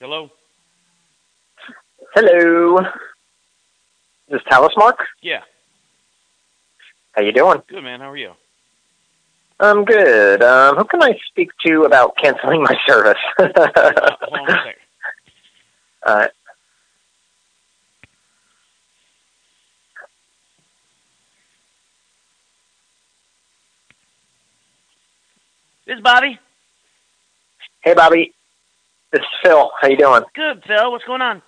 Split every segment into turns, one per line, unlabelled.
Hello?
Hello. This is Talis Mark.
Yeah.
How you doing?
Good, man. How are you?
I'm good. Um, who can I speak to about canceling my service?
Uh, hold on one sec.
uh,
This is Bobby.
hey, Bobby. This is Phil. How you doing?
Good, Phil. What's going on?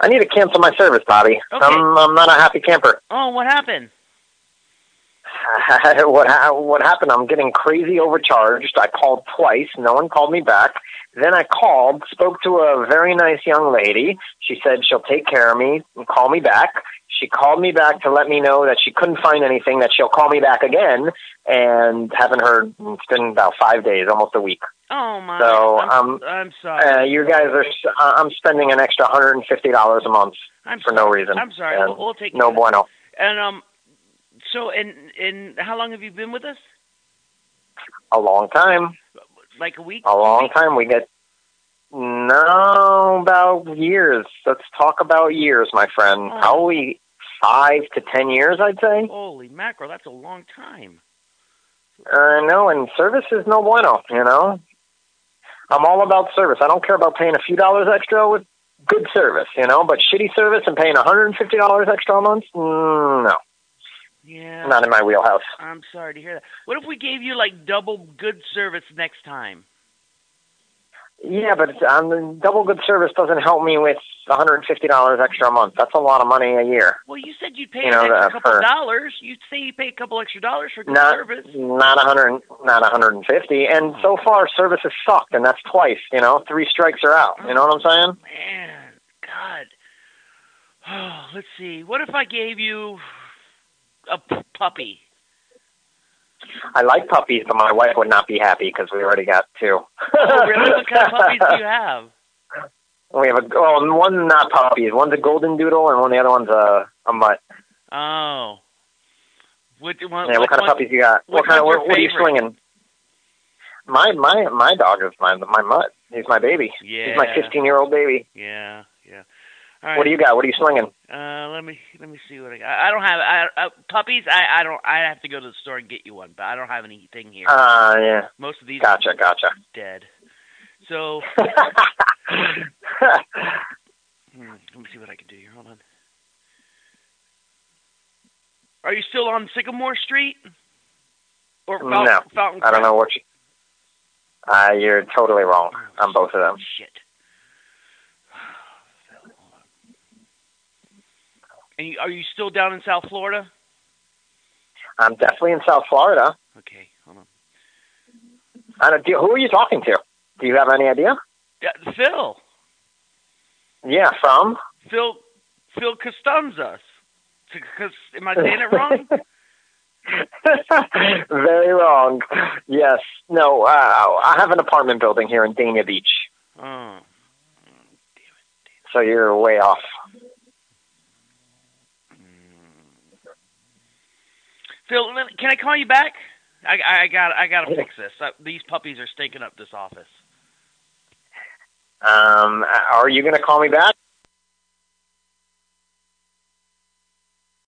I need to cancel my service, Bobby.
Okay.
I'm I'm not a happy camper.
Oh, what happened?
what ha- what happened? I'm getting crazy overcharged. I called twice. No one called me back. Then I called, spoke to a very nice young lady. She said she'll take care of me and call me back. She called me back to let me know that she couldn't find anything. That she'll call me back again, and haven't heard. It's been about five days, almost a week.
Oh my.
So,
I'm,
um,
I'm sorry.
Uh, you guys are. s- uh, I'm spending an extra hundred and fifty dollars a month
I'm
for
sorry.
no reason.
I'm sorry.
and
We'll, we'll take care
No
of
bueno.
it. And um, so and and how long have you been with us?
A long time.
Like a week.
A long time. We get no about years. Let's talk about years, my friend.
Oh.
Probably five to ten years, I'd say.
Holy mackerel! That's a long time.
Uh, no, and service is no bueno. You know, I'm all about service. I don't care about paying a few dollars extra with good service. You know, but shitty service and paying 150 dollars extra a month, mm, no,
Yeah.
not in my wheelhouse.
I'm sorry to hear that. What if we gave you like double good service next time?
Yeah, but um, double good service doesn't help me with 150 dollars extra a month. That's a lot of money a year.
Well, you said you'd pay
You know,
an extra
uh,
couple
for-
dollars. You'd say you pay a couple extra dollars for good
Not-
service.
not a hundred, not a hundred and fifty. And
Mm-hmm.
so far, service has sucked, and that's twice. You know, three strikes are out. You know what I'm saying?
Man, God. Oh, let's see. What if I gave you a p- puppy?
I like puppies, but my wife would not be happy because we already got two.
Oh, really? What kind of puppies do you have?
we have a oh, and one's not puppies. One's a golden doodle, and one the other one's a a mutt.
Oh. What, what,
Yeah, what kind of puppies you got?
which
What kind of
one's your
what, what are you
favorite?
slinging? My my my dog is my my mutt. He's my baby.
Yeah.
He's my 15 year old baby.
Yeah, yeah. All right.
What do you got? What are you slinging?
Uh, let me let me see what I got. I don't have I, uh, puppies. I I don't. I have to go to the store and get you one, but I don't have anything here.
Ah, uh, yeah.
Most of these
Gotcha, gotcha.
are dead. So hmm, let me see what I can do here. Hold on. Are you still on Sycamore Street? Or Fountain,
No,
Fountain
I don't
Crest?
know what you. Uh, you're totally wrong on both of them.
Shit. And you, are you still down in South Florida?
I'm definitely in South Florida.
Okay, hold on.
I don't. Do, who are you talking to? Do you have any idea?
Yeah, Phil,
Yeah, from.
Phil, Phil Costanza. Because am I saying it wrong?
Very wrong. Yes. No. Uh, I have an apartment building here in Dania Beach,
oh,
so you're way off.
Mm. Phil, let- can I call you back? I, I, I got, I gotta fix this. I, these puppies are stinking up this office.
Um, are you going to call me back?